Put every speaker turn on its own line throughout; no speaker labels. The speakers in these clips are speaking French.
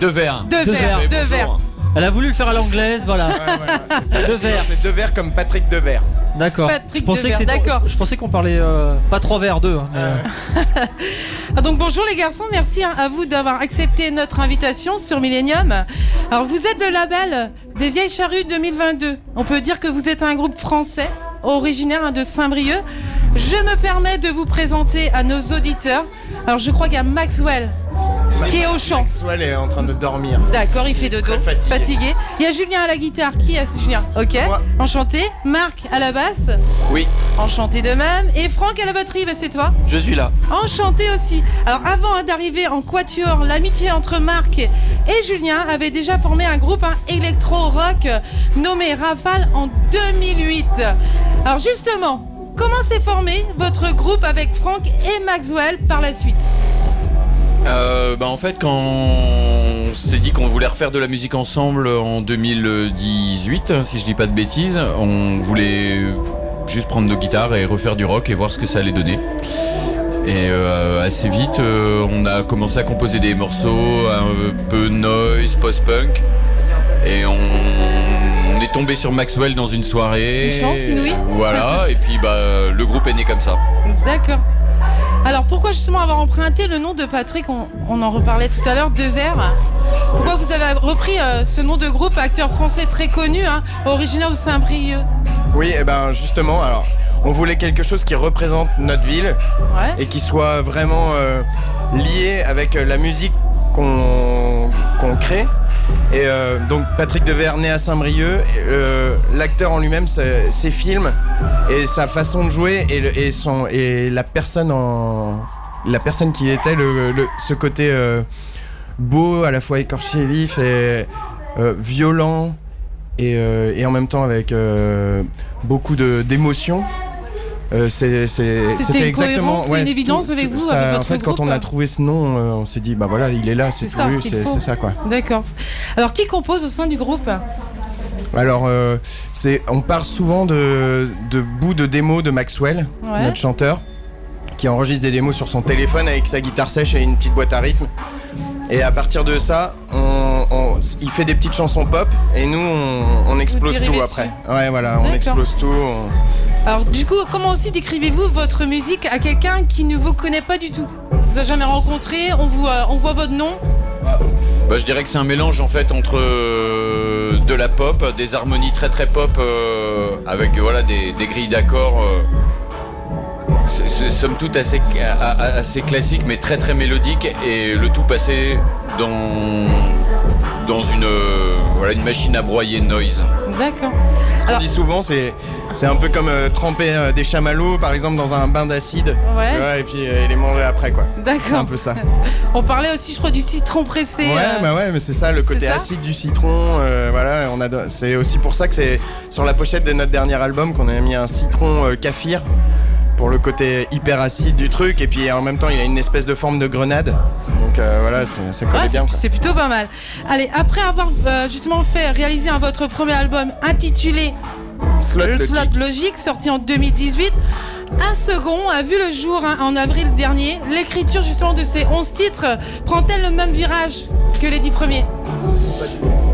Deux verres.
Deux,
Deux
verres,
verres,
deux verres.
Elle a voulu le faire à l'anglaise, voilà. Deux verres.
C'est deux verres comme Patrick Devers.
D'accord.
Patrick
Je pensais
Devers,
que c'était-
d'accord.
Je pensais qu'on parlait euh, pas trois verres, deux. hein, mais, euh,
Ah, donc bonjour les garçons, merci hein, à vous d'avoir accepté notre invitation sur Millennium. Alors vous êtes le label des Vieilles Charrues 2022. On peut dire que vous êtes un groupe français originaire hein, de Saint-Brieuc. Je me permets de vous présenter à nos auditeurs. Alors je crois qu'il y a Maxwell qui est au chant.
Maxwell est en train de dormir.
D'accord, il fait dodo,
Très fatigué.
Il y a Julien à la guitare. Qui est Julien Ok.
Moi.
Enchanté. Marc à la basse.
Oui.
Enchanté de même. Et Franck à la batterie, bah, c'est toi.
Je suis là.
Enchanté aussi. Alors avant hein, d'arriver en quatuor, l'amitié entre Marc et Julien avait déjà formé un groupe hein, électro-rock euh, nommé Rafale en 2008. Alors justement, comment s'est formé votre groupe avec Franck et Maxwell par la suite
Euh, bah en fait, quand on s'est dit qu'on voulait refaire de la musique ensemble en 2018, hein, si je dis pas de bêtises, on voulait juste prendre nos guitares et refaire du rock et voir ce que ça allait donner. Et euh, assez vite, euh, on a commencé à composer des morceaux un peu noise, post-punk, et on, on est tombé sur Maxwell dans une soirée.
Une chance inouïe.
Voilà, et puis bah le groupe est né comme ça.
D'accord. Alors pourquoi justement avoir emprunté le nom de Patrick on, on en reparlait tout à l'heure, De Verre. Pourquoi vous avez repris euh, ce nom de groupe, acteur français très connu, hein, originaire de Saint-Brieuc
Oui, et ben justement, alors, on voulait quelque chose qui représente notre ville
Ouais.
et qui soit vraiment euh, lié avec euh, la musique qu'on qu'on crée. Et euh, donc Patrick Devers né à Saint-Brieuc, et, euh, l'acteur en lui-même, c'est- ses films et sa façon de jouer et, le- et son, et la personne en la personne qui était le, le- ce côté euh, beau à la fois écorché vif et euh, violent et, euh, et en même temps avec euh, beaucoup de- d'émotion. Euh, c'est- c'est-
Ah, C'était
C'était
une cohérence,
exactement.
c'est une
tout-
évidence
tout-
avec vous,
ça-
avec
en
votre
fait, quand
groupe,
on a
hein.
trouvé ce nom, euh, on s'est dit, bah voilà, il est là, c'est
C'est ça,
tout lui,
c'est
c'est
faux.
c'est ça quoi.
D'accord. Alors qui compose au sein du groupe
Alors, euh, c'est, on part souvent de, de bouts de démos de Maxwell,
Ouais.
notre chanteur, qui enregistre des démos sur son téléphone avec sa guitare sèche et une petite boîte à rythme. Et à partir de ça, on, on- il fait des petites chansons pop et nous, on, on explose
dérivez
tout
dessus.
après. Ouais, voilà, on
D'accord.
explose tout. on-
Alors du coup, comment aussi décrivez-vous votre musique à quelqu'un qui ne vous connaît pas du tout Vous a jamais rencontré, on, vous, euh, on voit votre nom.
Bah, je dirais que c'est un mélange en fait entre euh, de la pop, des harmonies très très pop euh, avec euh, voilà des, des grilles d'accords. euh, c'est- c'est somme toute assez, a- a- assez classique mais très très mélodique et le tout passé dans, dans une, euh, voilà, une machine à broyer noise.
D'accord.
Ce qu'on
Alors-
dit souvent, c'est, c'est un peu comme euh, tremper euh, des chamallows, par exemple, dans un bain d'acide.
Ouais.
Tu vois, et puis euh, et les manger après, quoi. C'est un
D'accord.
peu ça.
On parlait aussi, je crois, du citron pressé.
Ouais,
euh,
bah ouais, mais c'est ça, le côté
ça
acide du citron. euh, voilà, on adore. C'est aussi pour ça que c'est sur la pochette de notre dernier album qu'on a mis un citron euh, kaffir pour le côté hyper acide du truc. Et puis en même temps, il a une espèce de forme de grenade. Donc euh, voilà, c'est- ça colle
Ouais,
bien.
ah, c'est- c'est plutôt pas mal. Allez, après avoir euh, justement fait réaliser hein, votre premier album intitulé
quoi. Slot
Le
le
Slot
kick.
Logique, sorti en 2018, un second a vu le jour hein, en avril dernier. L'écriture justement de ces 11 titres euh, prend-elle le même virage que les 10 premiers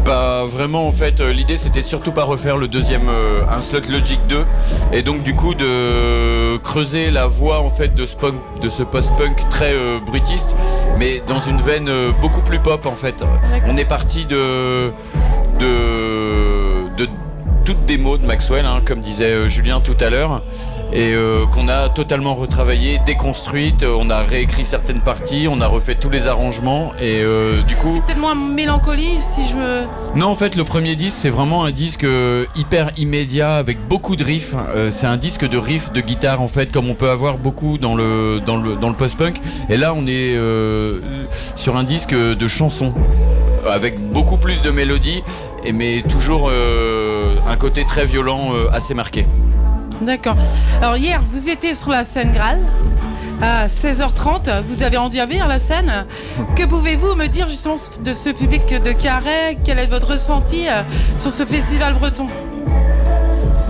Bah vraiment en fait euh, l'idée c'était de surtout pas refaire le deuxième euh, un slot Logic 2 et donc du coup de creuser la voie en fait de ce punk- de ce post-punk très euh, brutiste mais dans une veine euh, beaucoup plus pop en fait. On est parti de de de toutes des mots de Maxwell hein, comme disait euh, Julien tout à l'heure et euh, qu'on a totalement retravaillé, déconstruite, Euh, on a réécrit certaines parties, on a refait tous les arrangements et euh, du coup
C'est peut-être moins mélancolie si je me.
non, en fait, le premier disque, c'est vraiment un disque euh, hyper immédiat avec beaucoup de riffs. Euh, c'est un disque de riffs de guitare, en fait, comme on peut avoir beaucoup dans le, dans le, dans le post-punk. Et là, on est euh, sur un disque de chansons avec beaucoup plus de mélodies, et- mais toujours euh, un côté très violent euh, assez marqué.
D'accord. Alors hier, vous étiez sur la scène Graal. À 16h30, vous avez endiavé hein, la scène. Que pouvez-vous me dire justement de ce public de Carhaix Quel est votre ressenti euh, sur ce festival breton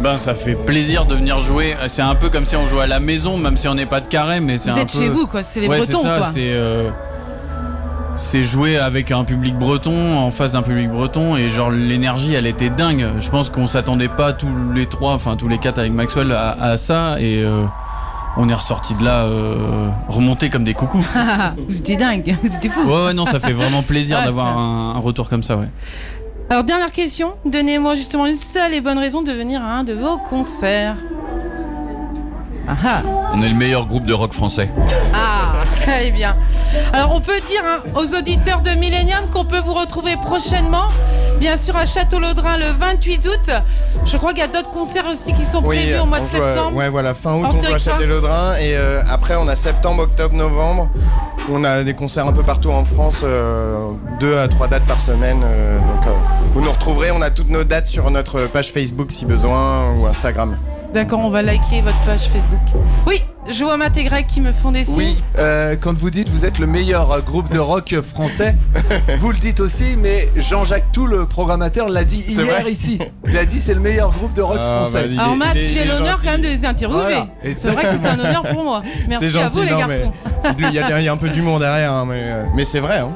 Ben ça fait plaisir de venir jouer. C'est un peu comme si on jouait à la maison, même si on n'est pas de carré, mais c'est
Vous
un
êtes
peu-
chez vous, quoi. C'est les
ouais,
Bretons,
c'est ça,
quoi.
C'est euh, c'est jouer avec un public breton, en face d'un public breton, et genre l'énergie, elle était dingue. Je pense qu'on s'attendait pas tous les trois, enfin tous les quatre avec Maxwell à, à ça, et euh, on est ressorti de là euh, remonté comme des coucous.
vous étiez dingue, vous étiez fou.
Ouais, ouais, non, ça fait vraiment plaisir
Ouais,
d'avoir
ça-
un, un retour comme ça, ouais.
Alors, dernière question. Donnez-moi justement une seule et bonne raison de venir à un de vos concerts. Ah ah.
On est le meilleur groupe de rock français.
Ah, eh bien. Alors, on peut dire hein, aux auditeurs de Millennium qu'on peut vous retrouver prochainement, bien sûr, à Château-Laudrin le 28 août. Je crois qu'il y a d'autres concerts aussi qui sont
Oui,
prévus au mois
on
de
joue à-
septembre.
ouais, voilà, fin août,
En
on joue à
territoire.
Châtelleraudrin. Et euh, après, on a septembre, octobre, novembre. On a des concerts un peu partout en France, euh, deux à trois dates par semaine. euh, donc, euh, vous nous retrouverez. On a toutes nos dates sur notre page Facebook si besoin ou Instagram.
D'accord, on va liker votre page Facebook. Oui, je vois Matt et Greg qui me font des signes.
Oui, euh, quand vous dites vous êtes le meilleur euh, groupe de rock français, vous le dites aussi, mais Jean-Jacques Tout, le programmateur, l'a dit
C'est
hier
vrai
ici. Il a dit c'est le meilleur groupe de rock
Ah, bah,
français.
il
Alors,
est-
Matt,
il est- il
j'ai
est
l'honneur
gentil.
quand même de les interviewer.
Voilà. Et
C'est vrai que c'est un honneur pour moi. Merci
C'est
à vous,
gentil,
les
non, mais
garçons.
c'est du- Il y a derrière un peu d'humour derrière, hein, mais, euh, mais c'est vrai. Hein.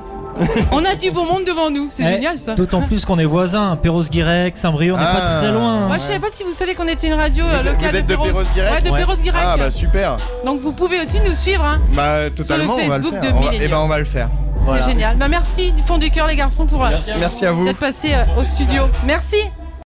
On a du bon monde devant nous, c'est
Eh,
génial ça.
D'autant plus qu'on est voisins, Perros-Guirec, Saint-Brieuc, on n'est pas
Ah.
très loin.
Moi, je savais pas si vous savez qu'on était une radio euh,
êtes-
locale
vous êtes de Perros-Guirec
Ouais, de
Ouais.
Perros-Guirec.
Ah bah super.
Donc, vous pouvez aussi nous suivre. hein.
Bah totalement, on va le
Facebook
faire.
de
On va-
Millennium.
eh ben on va le faire.
C'est génial. Bah, merci du fond du cœur, les garçons, pour euh,
Merci à vous.
d'être passés euh, au studio. Merci.